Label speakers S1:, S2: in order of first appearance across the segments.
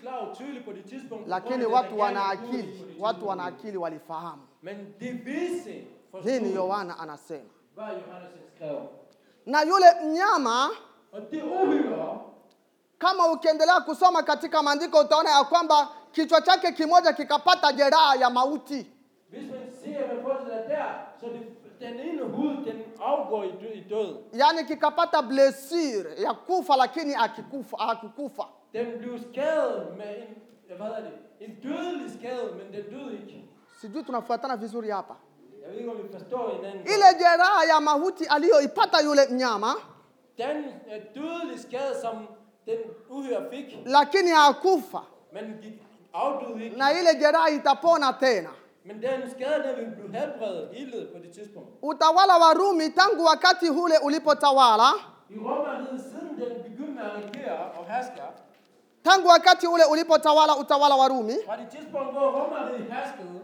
S1: klau tydelig på det tidspunkt.
S2: lakini
S1: befolkningen,
S2: watu
S1: der
S2: wana
S1: gerne ville på det
S2: akili,
S1: tidspunkt.
S2: watu wana akili walifahamu.
S1: Men de vise
S2: Hii ni
S1: forstod,
S2: Yohana anasema,
S1: hvad Johannes skrev.
S2: na yule mnyama
S1: Og det uhyre,
S2: kama ukiendelea kusoma katika maandiko utaona ya kwamba kichwa chake kimoja kikapata jeraha ya mauti,
S1: hvis man ser, hvad folket er der, så det, den ene hud, den afgår i, død, i død.
S2: yaani kikapata blessure ya kufa, lakini akikufa hakukufa.
S1: Den blev skadet med en, ja, hvad hedder det, en dødelig skade, men den døde ikke.
S2: Sijui tunafuatana vizuri hapa.
S1: Jeg ved ikke, om vi forstår hinanden.
S2: Ile jeraha ya mauti aliyoipata yule mnyama,
S1: Den øh, dødelige skade, som den uhyre fik,
S2: lakini hakufa,
S1: men gik afdøde ikke.
S2: na ile jeraha itapona tena.
S1: Men den skade, der ville blive helbredet, helet på det tidspunkt.
S2: Utawala wa Rumi tangu wakati ule ulipotawala,
S1: I romerriget, siden den begyndte at regere og herske,
S2: tangu wakati ule ulipotawala utawala wa Rumi,
S1: fra det tidspunkt, hvor romerriget herskede,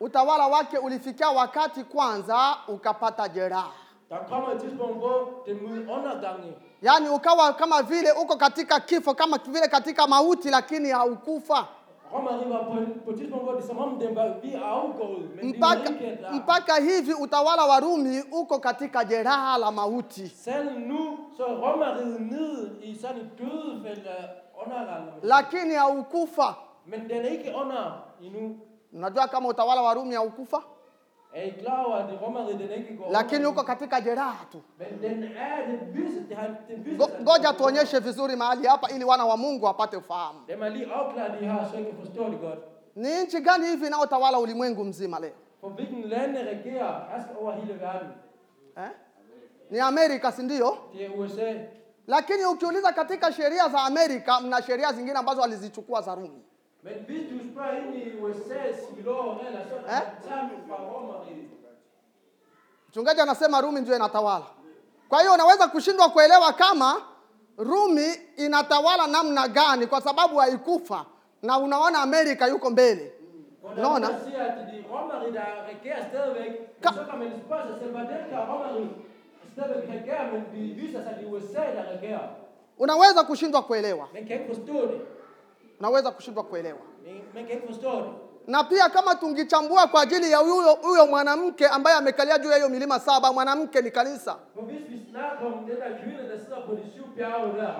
S2: utawala wake ulifikia wakati kwanza ukapata jeraha,
S1: der kommer et tidspunkt, hvor den mod undergange.
S2: yaani ukawa kama vile uko katika kifo, kama vile katika mauti, lakini haukufa
S1: Romerriget var på, en- på et tidspunkt, hvor det som om den var lige afgået, men det var
S2: mpaka,
S1: ikke der.
S2: mpaka hivi utawala wa Rumi uko katika jeraha la mauti.
S1: Selv nu, så er romerriget nede i sådan et dødefælde af undergange.
S2: lakini haukufa.
S1: Men den er ikke under endnu.
S2: Unajua kama utawala wa Rumi haukufa,
S1: Er I klar over, at det romerrige, den ikke går
S2: lakini
S1: under?
S2: uko katika jeraha tu.
S1: Men den er, den viser, det har, den viser
S2: Ngo- Ngoja tuonyeshe vizuri mahali hapa ili wana wa Mungu wapate ufahamu.
S1: Lad mig lige afklare det her, så I kan forstå det godt.
S2: Ni nchi gani hivi inayotawala ulimwengu mzima leo
S1: For hvilken lande regerer hersker over hele verden?
S2: eh? Ni Amerika, si ndio?
S1: Det er USA.
S2: Lakini ukiuliza katika sheria za Amerika, mna sheria zingine ambazo walizichukua za Rumi.
S1: Men hvis du spørger ind i USA's lov og regler, så er
S2: Ja?
S1: det sammen fra romerriget.
S2: Mchungaji anasema Rumi ndio inatawala. Kwa hiyo unaweza kushindwa kuelewa kama Rumi inatawala namna gani, kwa sababu haikufa na unaona Amerika yuko mbele.
S1: Hvor der
S2: Nå,
S1: no,
S2: nå.
S1: no. siger, at det er romerriget, der regerer stadigvæk,
S2: Kom.
S1: men så kan man spørge sig selv, hvordan kan romerriget stadigvæk regere, men det viser sig, at det er USA, der regerer.
S2: Unaweza kushindwa kuelewa,
S1: Man kan ikke forstå det.
S2: unaweza kushindwa kuelewa.
S1: Man- Man kan ikke forstå det.
S2: Na pia kama tungichambua kwa ajili ya huyo huyo mwanamke ambaye amekalia juu ya hiyo milima saba, mwanamke ni kanisa.
S1: For hvis vi snakker om den der kvinde, der sidder på de syv bjerge der,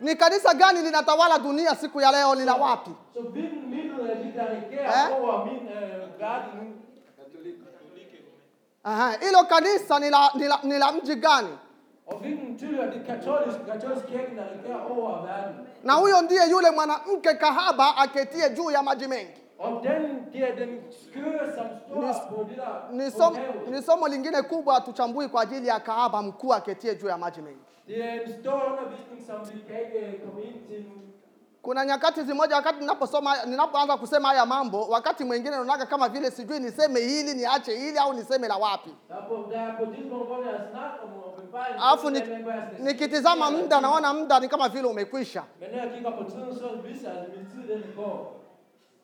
S2: Ni kanisa gani linatawala dunia siku ya leo? Lina wapi?
S1: så hvilken midlet er de, der regerer
S2: Ja?
S1: over min øh, verden nu?
S2: Aha, hilo kanisa ni la, ni la, ni la mji gani?
S1: Og hvilken tydelig er det katolske, katolske kirke, der regerer over verden?
S2: Na huyo ndiye yule mwanamke kahaba aketie juu ya maji mengi.
S1: Og den, det er den skøre, som står
S2: Nis-
S1: på det der
S2: Ni
S1: på
S2: somo,
S1: havet.
S2: ni somo lingine kubwa hatuchambui kwa ajili ya kahaba mkuu aketie juu ya maji mengi.
S1: Det er en stor undervisning, som vi kan ikke øh, komme ind til nu.
S2: Kuna nyakati zimoja wakati ninaposoma haya- ninapoanza kusema haya mambo, wakati mwingine naonaga kama vile sijui niseme hili niache hili au niseme la wapi,
S1: Der er på, der er på et tidspunkt, hvor jeg snakker om åbenbaringen.
S2: alafu
S1: så ved
S2: nik,
S1: jeg ikke, hvad jeg skal sige.
S2: nikitizama muda naona muda ni kama vile umekwisha.
S1: Men når jeg kigger på tiden, så viser jeg, at min tid den går.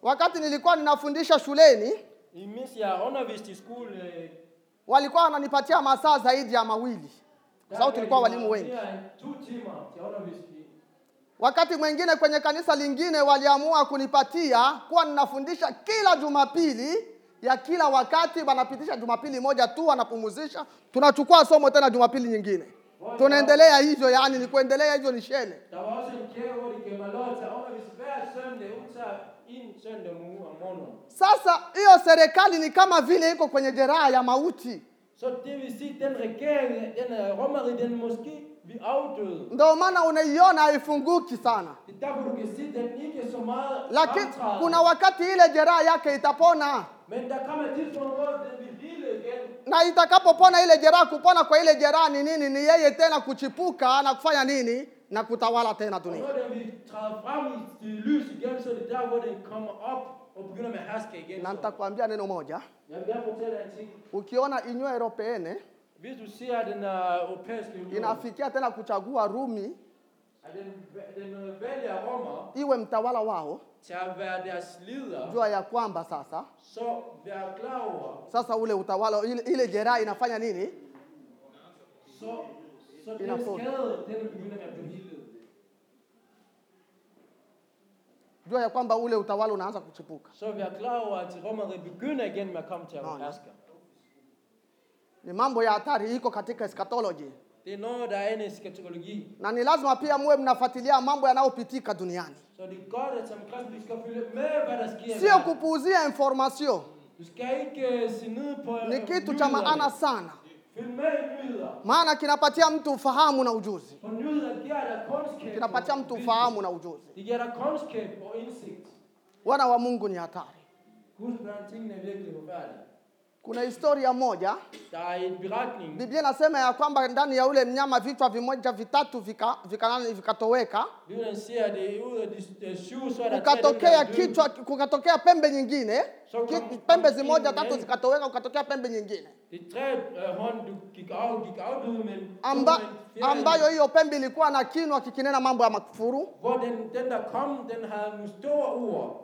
S2: Wakati nilikuwa ninafundisha shuleni,
S1: Imens jeg underviste i skole, øh,
S2: walikuwa wananipatia masaa zaidi ya mawili kwa sababu tulikuwa walimu wengi.
S1: Tu timer til undervisning.
S2: Wakati mwingine kwenye kanisa lingine waliamua kunipatia kuwa ninafundisha kila Jumapili ya kila wakati, wanapitisha Jumapili moja tu, wanapumzisha, tunachukua somo tena Jumapili nyingine, tunaendelea hivyo. Yani ni kuendelea hivyo, ni shene.
S1: Der var også en kirke, hvor de gav mig lov til at undervise hver søndag, undtagen en søndag om ugen om måneden.
S2: Sasa hiyo serikali ni kama vile iko kwenye jeraha ya mauti.
S1: Så det vil sige, at den regering, den er rommeri, den måske vi afdøde.
S2: Ndio maana unaiona haifunguki sana,
S1: Det er derfor, du kan sige, at den ikke er så meget
S2: lakini
S1: fremtrædende.
S2: kuna wakati ile jeraha yake itapona,
S1: Men der kommer et tidspunkt, hvor den vil hvile igen.
S2: na itakapopona ile jeraha, kupona kwa ile jeraha ni nini? Ni yeye tena kuchipuka na kufanya nini na kutawala tena
S1: Og
S2: dunia.
S1: når den vil træde frem i det lys igen, så er det der, hvor den kommer op og begynder med at herske igen.
S2: Na
S1: Så.
S2: nitakwambia neno moja,
S1: Jeg vil gerne fortælle dig en ting.
S2: ukiona inywa europeene
S1: Hvis du ser den uh, europæiske union,
S2: inafikia tena kuchagua Rumi
S1: at den, den øh, vælger romer
S2: iwe mtawala wao,
S1: til at være deres leder,
S2: jua ya kwamba sasa
S1: så vær klar over,
S2: sasa ule utawala ile, ile jeraha inafanya nini?
S1: så, så
S2: Ina
S1: den
S2: på.
S1: skade, den begynder at blive helet.
S2: jua ya kwamba ule utawala unaanza kuchipuka.
S1: Så vær klar over, at romerne begynder igen med at komme til at
S2: Nå, ja.
S1: herske.
S2: Ni mambo ya hatari, iko katika eschatology,
S1: Det er noget, der er inde i skatologi.
S2: na ni lazima pia muwe mnafuatilia mambo yanayopitika duniani,
S1: Så det er godt, at som kristen, du skal følge med, hvad der sker. i
S2: sio
S1: verden.
S2: kupuuzia information.
S1: Du skal ikke øh, se ned på øh,
S2: Ni kitu cha maana sana,
S1: Følg med i nyheder.
S2: maana kinapatia mtu ufahamu na ujuzi,
S1: For nyheder giver dig kundskab.
S2: kinapatia
S1: og
S2: mtu
S1: viden.
S2: ufahamu na ujuzi.
S1: Det giver dig kundskab og indsigt.
S2: Wana wa Mungu ni hatari.
S1: Husk, hvordan tingene er virkelig forfærdelige.
S2: Kuna historia moja,
S1: Der er en beretning.
S2: Biblia inasema ya kwamba ndani ya ule mnyama vichwa vimoja vitatu vika- vika- vikatoweka,
S1: Bibelen siger, at det er ud af de øh, syv, så er der tre, der
S2: kukatokea
S1: er døde.
S2: kichwa, kukatokea pembe nyingine,
S1: So
S2: ki-
S1: come-
S2: pembe
S1: come
S2: zimoja
S1: in
S2: tatu
S1: and-
S2: zikatoweka, kukatokea pembe nyingine
S1: Det er tre øh, hånd, du gik af, gik af ud, men
S2: amba,
S1: men fjerde-
S2: ambayo hiyo pembe ilikuwa na kinwa kikinena mambo ya makufuru.
S1: Hvor den, den der kom, den havde nogle store ord.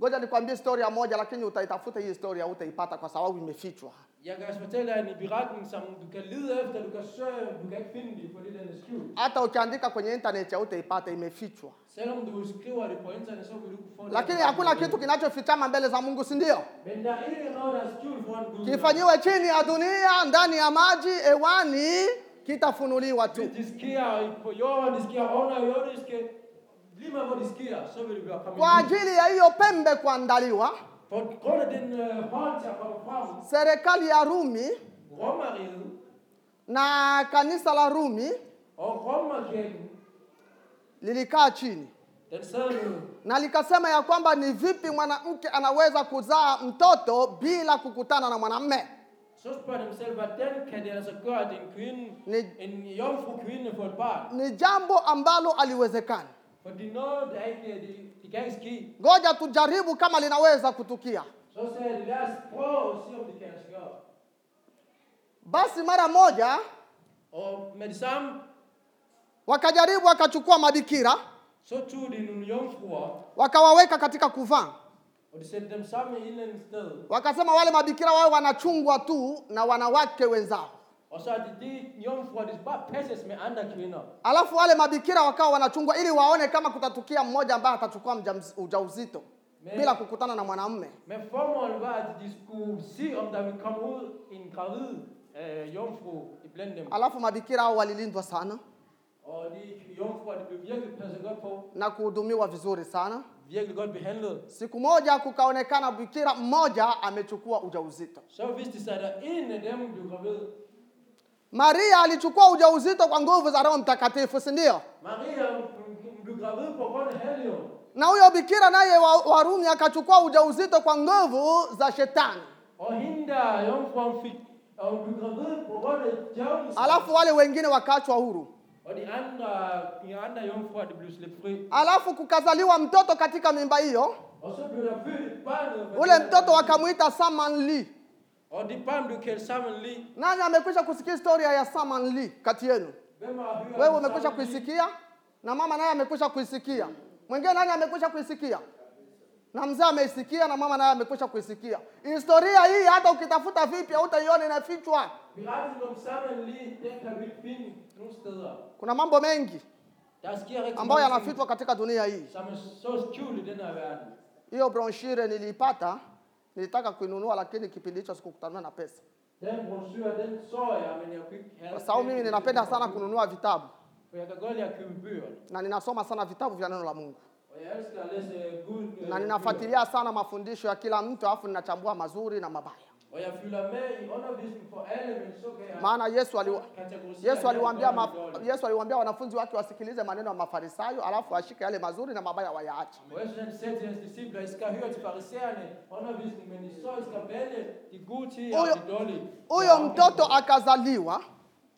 S2: Ngoja nikwambie historia moja, lakini utaitafuta hii historia utaipata kwa sababu imefichwa.
S1: Jeg kan også fortælle dig en beretning, som du kan lede efter, du kan søge, du kan ikke finde det, fordi den er skjult.
S2: Hata ukiandika kwenye internet hautaipata, imefichwa.
S1: Selvom du skriver det på internet, så vil du ikke få den
S2: Lakini
S1: beretning.
S2: hakuna kitu kinachofichama mbele za Mungu, si ndio?
S1: Men der er ikke noget, der er skjult foran Gud.
S2: Kifanyiwe chini ya dunia, ndani ya maji, hewani, kitafunuliwa tu.
S1: Hvis det sker på jorden, det sker under jorden, det sker lige med, hvor det sker, så vil det være kommet
S2: Kwa
S1: ud.
S2: ajili ya hiyo pembe kuandaliwa,
S1: På grund af den øh, hånd, der kommer frem,
S2: serikali ya Rumi
S1: Romeriet
S2: na kanisa la Rumi
S1: og Romerkirken,
S2: lilikaa chini
S1: den sad nu.
S2: na likasema ya kwamba ni vipi mwanamke anaweza kuzaa mtoto bila kukutana na mwanamme.
S1: Så spørger dem selv, hvordan kan det altså gøre, at en kvinde,
S2: Ni,
S1: en jomfru kvinde får et barn?
S2: ni jambo ambalo aliwezekani.
S1: Fordi noget, der ikke, det, det kan ikke ske.
S2: Ngoja tujaribu kama linaweza kutukia.
S1: Så sagde de, lad os prøve at se, om det kan lade sig gøre.
S2: Basi mara moja
S1: Og med det samme,
S2: wakajaribu, wakachukua mabikira
S1: så tog de nogle jomfruer,
S2: wakawaweka katika kuvaa,
S1: og de satte dem sammen i et eller andet sted.
S2: wakasema wale mabikira wawe wanachungwa tu na wanawake wenzao.
S1: Og så er det de jomfruer, de bare passes med andre kvinder.
S2: Alafu wale mabikira wakawa wanachungwa ili waone kama kutatukia mmoja ambaye atachukua mjamz- ujauzito
S1: Me-
S2: bila kukutana na mwanamume.
S1: Men formålet var, at de skulle se, om der ville komme ud en gravid øh, jomfru iblandt dem.
S2: Alafu mabikira hao walilindwa sana
S1: Og de jomfruer, de blev virkelig passet godt på,
S2: na kuhudumiwa vizuri sana.
S1: virkelig godt behandlet.
S2: Siku moja kukaonekana bikira mmoja amechukua ujauzito.
S1: Så hvis de sig, at en af dem blev gravid.
S2: Maria alichukua ujauzito kwa nguvu za Roho Mtakatifu, si ndio?
S1: Maria hun- hun blev gravid på grund af helgen.
S2: Na huyo bikira naye wa, wa Rumi akachukua ujauzito kwa nguvu za shetani.
S1: Og hende der, jomfruen, fik, og hun blev gravid på grund af djævelens.
S2: Alafu wale wengine wakaachwa huru.
S1: Og de andre, de andre jomfruer, de blev slæbt fri.
S2: Alafu kukazaliwa mtoto katika mimba hiyo.
S1: Og så blev der født et barn. og-
S2: Ule mtoto wakamwita Saman Lee.
S1: Og det barn blev kaldt sammen lige.
S2: Nani amekwisha kusikia historia ya Saman Lee kati yenu?
S1: Hvem har hørt?
S2: Wewe
S1: om
S2: umekwisha
S1: Samuel Lee?
S2: kuisikia na mama naye amekwisha kuisikia. Mwingine nani amekwisha kuisikia? Na mzee ameisikia na mama naye amekwisha kuisikia. Historia hii hata ukitafuta vipi hautaiona inafichwa.
S1: Berettelsen om Samuel lige, den kan vi ikke finde nogen steder.
S2: Kuna mambo mengi
S1: Der sker rigtig
S2: ambayo
S1: mange ting,
S2: yanafichwa katika dunia hii.
S1: som er så skjult i den her verden.
S2: Hiyo brochure niliipata, nilitaka kuinunua lakini kipindi hicho sikukutanua na pesa.
S1: Den brochure, den så jeg, men jeg kunne ikke have
S2: Kwa sababu mimi ninapenda sana kununua vitabu
S1: For jeg kan godt lide at købe bøger.
S2: na ninasoma sana vitabu vya neno la Mungu.
S1: Og jeg elsker at læse guld. øh,
S2: na
S1: bøger.
S2: ninafuatilia sana mafundisho ya kila mtu alafu ninachambua mazuri na mabaya
S1: Og jeg fylder med i undervisning for alle, men så kan jeg
S2: maana yesu ali
S1: kategorisere
S2: yesu
S1: alt
S2: aliwaambia
S1: godt
S2: ma,
S1: og dårligt.
S2: yesu aliwaambia wanafunzi wake wasikilize maneno ya mafarisayo alafu ashike yale mazuri na mabaya wayaache
S1: Og Jesus han sagde til hans disciple, I skal høre til farisæerne undervisning, men I så I skal vælge de gode til og
S2: Huyo-
S1: de dårlige.
S2: huyo mtoto akazaliwa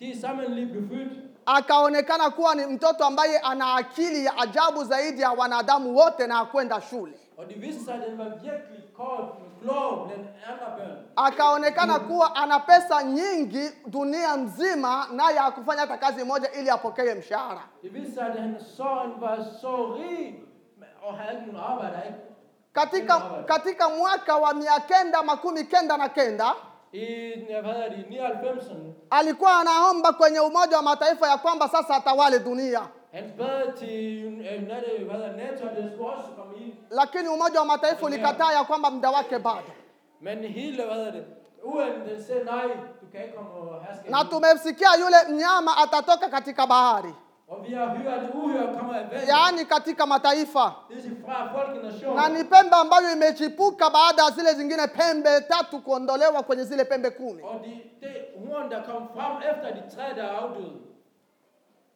S1: De er sammen lige blev født,
S2: akaonekana kuwa ni mtoto ambaye ana akili ya ajabu zaidi ya wanadamu wote na akwenda shule
S1: og det viste sig, at den var virkelig kort og klog blandt andre børn.
S2: akaonekana kuwa ana pesa nyingi dunia mzima naye akufanya hata kazi moja ili apokee mshahara
S1: Det viste sig, at hans søn var så rig og havde ikke nogen arbejde. Ikke?
S2: katika, katika mwaka wa mia kenda makumi kenda na kenda
S1: I, ja, hvad er det, 99'erne,
S2: alikuwa anaomba kwenye Umoja wa Mataifa ya kwamba sasa atawale dunia.
S1: Han bad til Un- øh, United, hvad hedder NATO, at det skulle også komme ind.
S2: lakini umoja wa mataifa ulikataa ya kwamba muda wake bado
S1: Men hele, hvad hedder det, UN den sagde, nej, du kan ikke komme og herske.
S2: na tumemsikia yule mnyama atatoka katika bahari
S1: Og vi har hørt, at uhyre kommer af vandet.
S2: yaani katika mataifa
S1: Det vil sige fra folk i nationen.
S2: na ni pembe ambayo imechipuka baada ya zile zingine pembe tatu kuondolewa kwenye zile pembe kumi
S1: Og de, det horn, der kom frem efter de tre, der er afdøde.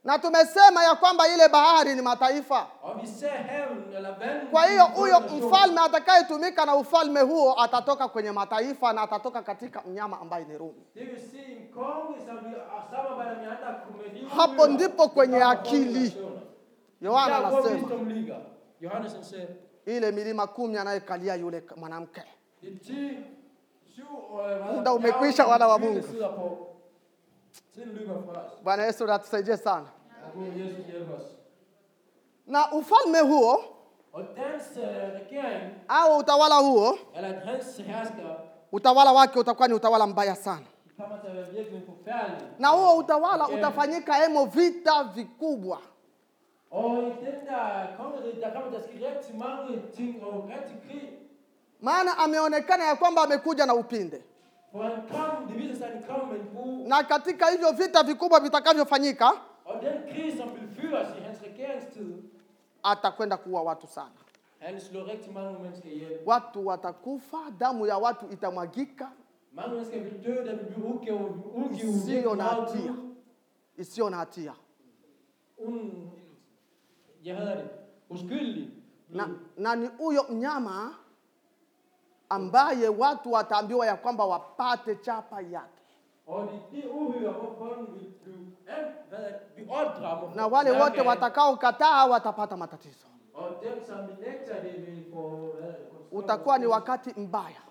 S2: na tumesema ya kwamba ile bahari ni mataifa
S1: Og vi ser haven eller vandet.
S2: kwa hiyo
S1: i
S2: huyo
S1: nationen.
S2: mfalme atakayetumika na ufalme huo atatoka kwenye mataifa na atatoka katika mnyama ambaye ni rumi
S1: Det vil sige en konge, som vi samarbejder med andre komedier.
S2: Hapo ndipo kwenye akili. yohana
S1: Der hvor
S2: anasema
S1: visdom ligger. Johannesen sagde,
S2: ile milima kumi anayekalia yule mwanamke
S1: det er 10, 7 og øh, hvad?
S2: Muda umekwisha,
S1: bjergene,
S2: wana wa
S1: vi
S2: Mungu.
S1: sidder på. Tiden løber fra os.
S2: bwana yesu natusaidie sana
S1: Gud Jesus hjælp os.
S2: na ufalme huo
S1: Og dansk øh, regering,
S2: au utawala huo
S1: eller hans hersker,
S2: utawala wake utakuwa ni utawala mbaya sana
S1: de kommer til at være virkelig forfærdelig.
S2: na huo utawala utafanyika emo vita vikubwa
S1: Og i den der kongerige, der kommer til at ske rigtig mange ting og rigtig krig.
S2: maana ameonekana ya kwamba amekuja na upinde
S1: For han kom, det viser sig, at han kom med en bue.
S2: na katika hivyo vita vikubwa vitakavyofanyika
S1: Og den krig, som vil fyres i hans regeringstid,
S2: atakwenda kuua watu sana
S1: han slår rigtig mange mennesker ihjel.
S2: watu watakufa damu ya watu itamwagika
S1: Mange mennesker vil dø, der vil blive udgivet, udgivet
S2: isiyo
S1: virkelig
S2: na
S1: meget
S2: hatia
S1: ud-
S2: isiyo na hatia
S1: uden, jeg hedder det, uskyldig.
S2: na, na ni huyo mnyama ambaye watu wataambiwa ya kwamba wapate chapa yake
S1: Og de, de uhyre, hvor folk vil blive an, hvad er det, beordret om at
S2: na
S1: få
S2: wale
S1: mærke
S2: wote
S1: af.
S2: watakaokataa watapata matatizo
S1: Og dem, som vi nægter, det vil få, hvad er det, få-
S2: utakuwa ni wakati mbaya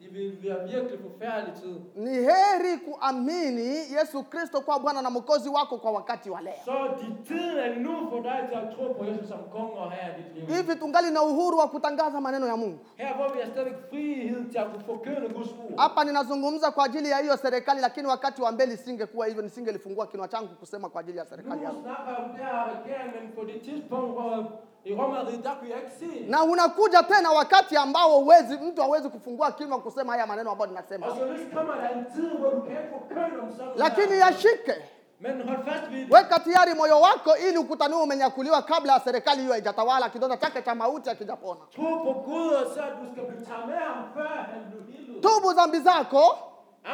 S1: Det vil være virkelig forfærdelig tid.
S2: ni heri kuamini yesu kristo kuwa bwana na mwokozi wako kwa wakati wa leo
S1: Så de tiden er nu for dig til at tro på Jesus som konge og herre i dit liv.
S2: hivi tungali na uhuru wa kutangaza maneno ya mungu
S1: Her hvor vi har stadigvæk frihed til at kunne forkynde Guds ord.
S2: hapa ninazungumza kwa ajili ya hiyo serikali lakini wakati wa mbele isingekuwa hivyo nisingelifungua kinywa changu kusema kwa ajili ya serikali
S1: Nu
S2: yangu
S1: snakker jeg om det her regering, men på det tidspunkt hvor i Romeriet, der kunne jeg ikke se.
S2: na unakuja tena wakati ambao huwezi mtu hawezi kufungua kinywa kusema haya maneno ambayo ninasema
S1: Og så nu kommer der en tid, hvor du kan ikke forkynde om sådan
S2: lakini
S1: her.
S2: yashike
S1: Men hold fast ved det.
S2: weka tayari moyo wako ili ukutaniwe umenyakuliwa kabla ya serikali hiyo haijatawala kidonda chake cha mauti akijapona
S1: Tro på Gud, og så at du skal blive taget med ham, før han blev helet.
S2: tubu dhambi zako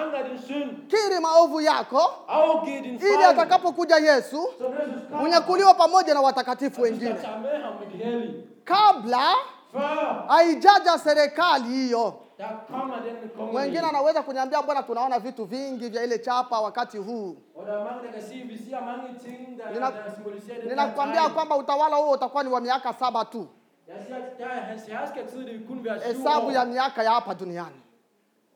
S1: Angre din synd.
S2: kiri maovu yako
S1: Afgiv din
S2: ili
S1: fejl.
S2: atakapokuja yesu
S1: Så når Jesus kommer,
S2: unyakuliwa pamoja na watakatifu
S1: du skal
S2: wengine
S1: tage med ham med de hellige.
S2: kabla
S1: Før
S2: haijaja serikali hiyo
S1: der kommer den kongelige.
S2: mwengine anaweza kuniambia mbona tunaona vitu vingi vya ile chapa wakati huu
S1: Og der er mange, der kan sige, vi siger mange ting, der,
S2: Nina-
S1: der symboliserer den
S2: ninakwambia
S1: tegn.
S2: kwamba utawala huo utakuwa ni wa miaka saba tu
S1: Jeg siger, at der er hans herskertid, det vil kun være syv
S2: hesabu ya
S1: år.
S2: miaka ya hapa duniani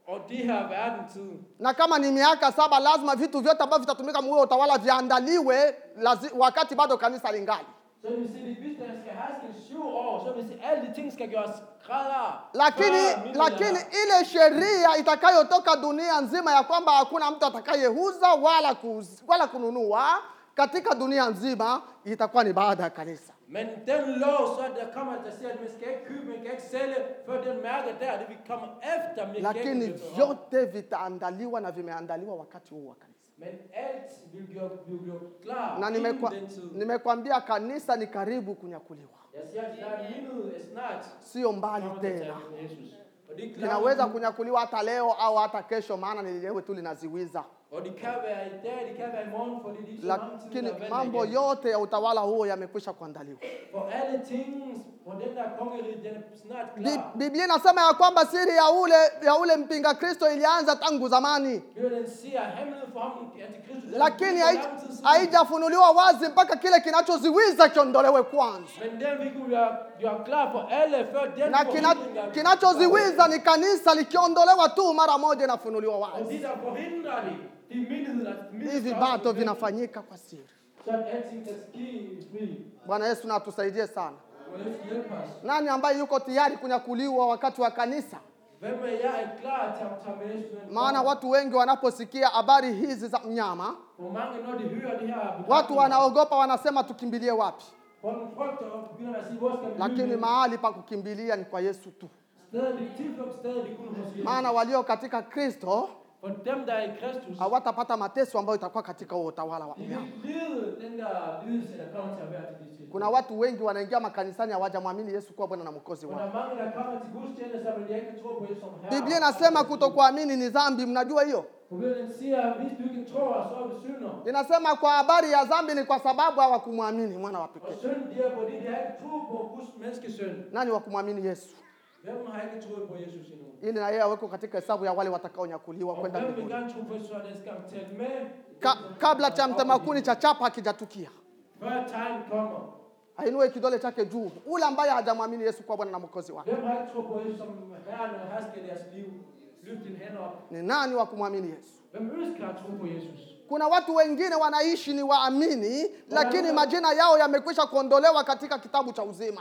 S1: Og det her verdentid.
S2: na kama ni miaka saba lazima vitu vyote ambavyo vitatumika muo utawala viandaliwe lazi, wakati bado kanisa lingali
S1: Så det vil sige, at hvis der skal herske i syv år, så vil det sige, at alle de ting skal gøres klarere. før
S2: lakini
S1: middelalderen.
S2: lakini ile sheria itakayotoka dunia nzima ya kwamba hakuna mtu atakayeuza wala, kuz, wala kununua katika dunia nzima itakuwa ni baada ya kanisa
S1: Men den lov, så der kommer, der siger, at man skal ikke købe, man kan ikke sælge, før den mærke der, det vil komme efter
S2: lakini
S1: mekanismen.
S2: vyote vitaandaliwa na vimeandaliwa wakati huu wa kanisa
S1: Men alt vil blive, vil blive klar
S2: na
S1: inden
S2: nimekwa,
S1: den tid.
S2: nimekwambia kanisa ni karibu kunyakuliwa
S1: Jeg siger, at der er mindet snart.
S2: sio mbali
S1: kommer til at
S2: tena
S1: tale med Jesus. Og det er klart,
S2: kinaweza kunyakuliwa hata leo au hata kesho maana nililewe tu linaziwiza
S1: Og det kan være i dag, det kan være i morgen, fordi det er ikke så mange tider,
S2: lakini
S1: der er valgt
S2: mambo
S1: igen.
S2: yote ya utawala huo yamekwisha kuandaliwa
S1: For alle ting, for den der kongerige, den er snart
S2: Bi-
S1: klar.
S2: Biblia inasema ya kwamba siri ya ule ya ule mpinga Kristo ilianza tangu zamani,
S1: Bibelen den siger, at hemmeligheden for ham, antikristus, den er
S2: lakini
S1: for lang
S2: hai-
S1: tid siden.
S2: haijafunuliwa wazi mpaka kile kinachoziwiza kiondolewe kwanza,
S1: Men den vil kunne være, være klar for alle, før den
S2: na kina,
S1: forhindring er-
S2: kinachoziwiza ni kanisa likiondolewa tu mara moja inafunuliwa
S1: Og
S2: wazi.
S1: de, der forhindrer det, det er myndigheder. der mindst
S2: Hivi
S1: også
S2: bado
S1: forhindrer det.
S2: vinafanyika kwa siri.
S1: Så at alting kan ske i fri.
S2: Bwana Yesu na atusaidie sana.
S1: Må Jesus hjælpe os.
S2: Nani ambaye yuko tayari kunyakuliwa wakati wa kanisa?
S1: Hvem af jer er klar til at tage med Jesus?
S2: maana watu wengi wanaposikia habari hizi za mnyama
S1: Hvor mange, når de hører det her,
S2: watu wanaogopa wanasema tukimbilie wapi
S1: folk frygter og begynder at sige, hvor skal vi
S2: lakini
S1: lyde?
S2: mahali pa kukimbilia ni kwa yesu tu
S1: Stedet de tilflugt, stedet de kun hos Jesus.
S2: maana walio katika kristo
S1: For dem, der er i Kristus,
S2: hawatapata mateso ambayo itakuwa katika huo utawala wa
S1: de
S2: mnyama
S1: vil lide den der lidelse, der kommer til at være til de til.
S2: kuna watu wengi wanaingia makanisani hawajamwamini yesu kuwa bwana na mwokozi
S1: Og
S2: wao
S1: der er mange, der kommer til gudstjenester, men jeg ikke tror på Jesus som Herre.
S2: biblia inasema kutokuamini ni dhambi mnajua hiyo
S1: For Bibelen siger, at hvis du ikke tror, så er du synder.
S2: inasema kwa habari ya dhambi ni kwa sababu hawakumwamini mwana wa
S1: Og
S2: pekee
S1: synd, det er, fordi de har ikke tro på Guds menneskesøn.
S2: nani wakumwamini yesu
S1: Hvem har ikke troet på Jesus endnu?
S2: ili na yeye awekwe katika hesabu ya wale watakaonyakuliwa
S1: Og
S2: kwenda
S1: hvem vil
S2: mbinguni
S1: gerne tro på Jesus, så den skal tælle med.
S2: Ka, kabla cha mtamakuni cha chapa hakijatukia
S1: Før tegn kommer.
S2: ainue kidole chake juu ule ambaye hajamwamini yesu kuwa bwana na mwokozi wake
S1: Hvem har ikke tro på Jesus som Herren og hersker i deres liv? Løft dine hænder op.
S2: ni nani wa kumwamini yesu
S1: Hvem ønsker at tro på Jesus?
S2: kuna watu wengine wanaishi ni waamini lakini majina yao yamekwisha kuondolewa katika kitabu cha uzima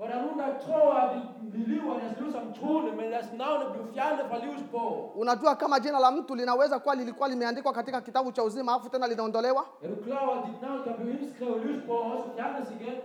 S1: Hvor der er nogen, der tror, at de, de lever deres liv som troende, men deres navne blev fjernet fra livsbog.
S2: unajua kama jina la mtu linaweza kuwa lilikuwa limeandikwa katika kitabu cha uzima afu tena linaondolewa
S1: Er du klar over, at dit navn, der blev indskrevet i livsbog, også fjernes igen?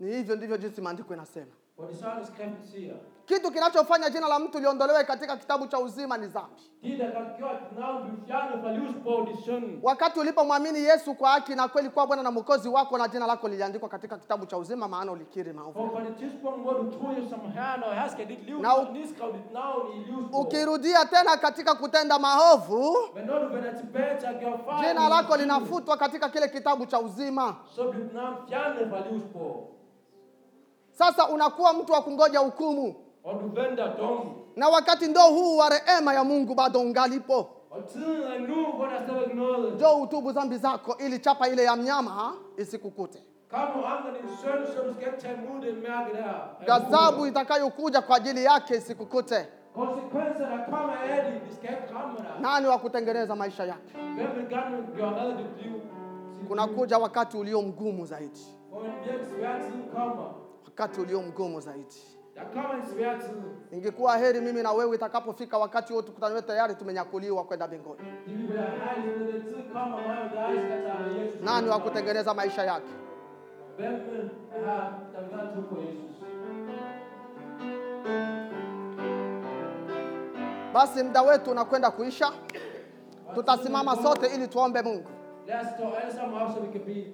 S2: ni hivyo ndivyo jinsi maandiko inasema
S1: Hvor det sådan skriften siger,
S2: kitu kinachofanya jina la mtu liondolewe katika kitabu cha uzima ni dhambi
S1: de, der har gjort dit navn, blev fjernet fra livsbog, de synden.
S2: wakati ulipomwamini yesu kwa haki na kweli kuwa bwana na mwokozi wako na jina lako liliandikwa katika kitabu cha uzima maana ulikiri maovu
S1: For på det tidspunkt, hvor du troede Jesus som herren og hersker i dit liv,
S2: Nav.
S1: så nedskrev dit navn i livsbog.
S2: ukirudia tena katika kutenda maovu
S1: Men når du vender tilbage til at gøre fejl,
S2: jina
S1: i
S2: lako
S1: dit liv,
S2: linafutwa katika kile kitabu cha uzima
S1: så bliver dit navn fjernet fra livsbog.
S2: sasa unakuwa mtu wa kungoja hukumu
S1: Og du venter dommen.
S2: na wakati ndo huu wa rehema ya mungu bado ungalipo
S1: Og tiden er nu, hvor der stadigvæk er noget.
S2: njoo utubu dhambi zako ili chapa ile ya mnyama isikukute
S1: Kom og andre din søn, så du skal ikke tage imod det mærke der.
S2: ghadhabu itakayokuja kwa ajili yake isikukute
S1: Konsekvenser, der kommer af det, vi skal ikke ramme dig.
S2: nani wa kutengeneza maisha yake
S1: Hvem vil gerne gøre reddet i dit liv? Sit liv.
S2: kunakuja wakati ulio mgumu zaidi
S1: Hvor en virkelig svær tid kommer.
S2: wakati ulio mgumu zaidi
S1: Der kommer en svær tid.
S2: ingekuwa heri mimi na wewe itakapofika wakati wote tukutaniwe tayari tumenyakuliwa kwenda mbinguni
S1: Det vil være herligt, når den tid kommer, hvor jeg dig skal tage Jesus.
S2: nani wa kutengeneza maisha yake
S1: Hvem vil her, der vil gerne tro på Jesus?
S2: basi muda wetu unakwenda kuisha tutasimama sote ili tuombe mungu
S1: Lad os stå alle sammen op, så vi kan bede.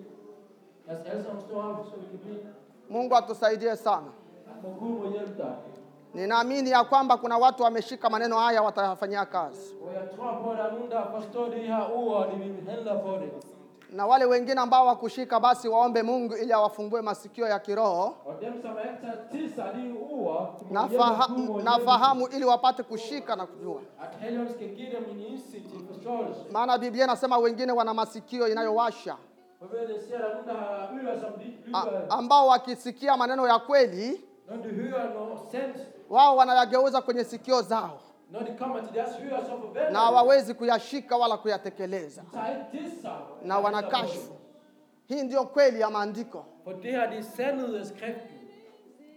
S1: Lad os alle sammen stå op, så vi kan bede.
S2: mungu atusaidie sana
S1: At må Gud må hjælpe dig.
S2: ninaamini ya kwamba kuna watu wameshika maneno haya watayafanyia kazi
S1: Og jeg tror på, at der er nogen, der forstår det her ord, og de vil handle for det.
S2: na wale wengine ambao wakushika basi waombe mungu ili awafungue masikio ya kiroho
S1: Og dem, som ikke tager til sig de ord, de må
S2: na
S1: hjælpe Gud
S2: fahamu,
S1: må
S2: na
S1: hjælpe.
S2: fahamu ili wapate kushika na kujua
S1: At Helligånden skal give dem en indsigt til forståelse.
S2: maana biblia inasema wengine wana masikio inayowasha
S1: For ved det ser der er nogen, der har ører, som de ikke
S2: A,
S1: lytter.
S2: ambao wakisikia maneno ya kweli
S1: Når de hører noget sandt,
S2: wao wanayageuza kwenye sikio zao
S1: når de kommer til deres hører, så forventer
S2: na
S1: de, at
S2: hawawezi kuyashika wala kuyatekeleza
S1: de tager ikke til sig.
S2: na wanakashfu hii ndiyo kweli ya maandiko
S1: For det her, det er sandhed af skriften.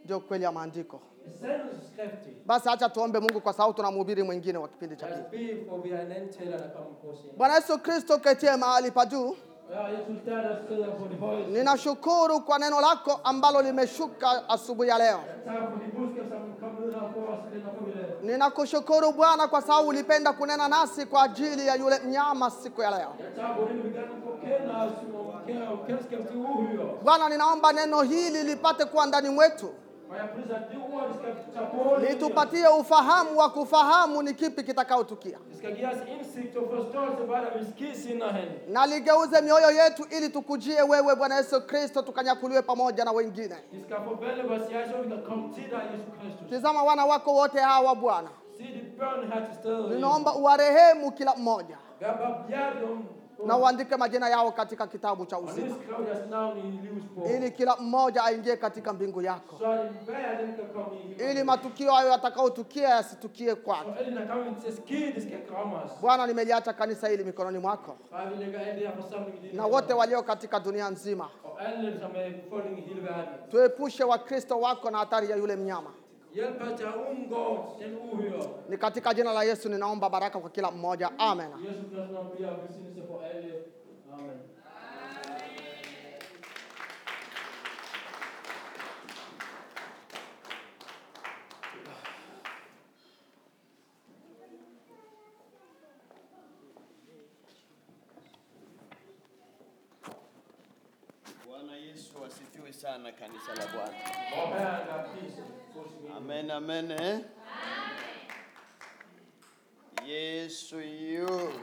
S2: ndiyo kweli ya maandiko
S1: Det er sandhed af skriften.
S2: basi hacha tuombe mungu kwa sababu tuna mhubiri mwingine wa kipindi cha
S1: Lad os
S2: pili
S1: bede, for vi har en anden taler, der kommer på senere.
S2: bwana yesu kristo ketie mahali pa juu
S1: Og jeg, jeg synes, der er der steder på det højeste.
S2: ninashukuru kwa neno lako ambalo limeshuka asubuhi ya leo
S1: Tak for de budskab, som kom ned her for os i den her formiddag.
S2: ninakushukuru bwana kwa sababu ulipenda kunena nasi kwa ajili ya yule mnyama siku ya leo
S1: Jeg tager på det, vi gerne får kende os, og kender og kendskab til uhyre.
S2: bwana ninaomba neno hili lipate kuwa ndani mwetu
S1: Og jeg priser, at de ord, vi skal tage på det.
S2: litupatie ufahamu wa kufahamu ni kipi kitakaotukia
S1: Det skal give os indsigt og forståelse, hvad der vil ske senere hen.
S2: na ligeuze mioyo yetu ili tukujie wewe bwana yesu kristo tukanyakuliwe pamoja na wengine
S1: Vi skal forvandle vores hjerte, så vi kan komme til dig, Jesus Kristus.
S2: tizama wana wako wote hawa bwana
S1: Se de børn her til stede. Jesus.
S2: ninaomba uwarehemu kila mmoja
S1: Vær barmhjertig om
S2: na uandike majina yao katika kitabu cha
S1: og
S2: uzima
S1: nedskriv deres navn i livets bog.
S2: ili kila mmoja aingie katika mbingu yako
S1: Så at enhver af dem kan komme i himlen.
S2: ili matukio hayo yatakaotukia yasitukie
S1: Og
S2: kwake
S1: alle, der kommer til at ske, det skal kramme os.
S2: bwana nimeliacha kanisa hili mikononi mwako
S1: Far, vi lægger alle det her forsamling i dine
S2: na
S1: hænder.
S2: wote walio katika dunia nzima
S1: Og alle, som er i befolkningen i hele verden.
S2: tuepushe wakristo wako na hatari ya yule mnyama
S1: Hjælp os til at undgå den uhyre.
S2: Ni katika jina la Yesu ninaomba baraka kwa kila mmoja, amen.
S1: I Jesu Kristi navn beder jeg velsignelse for alle. Amen.
S3: Bwana Yesu asifiwe sana kanisa la Bwana.
S1: Og her er der pris hos min.
S3: Amen, amen. eh? Yesu yu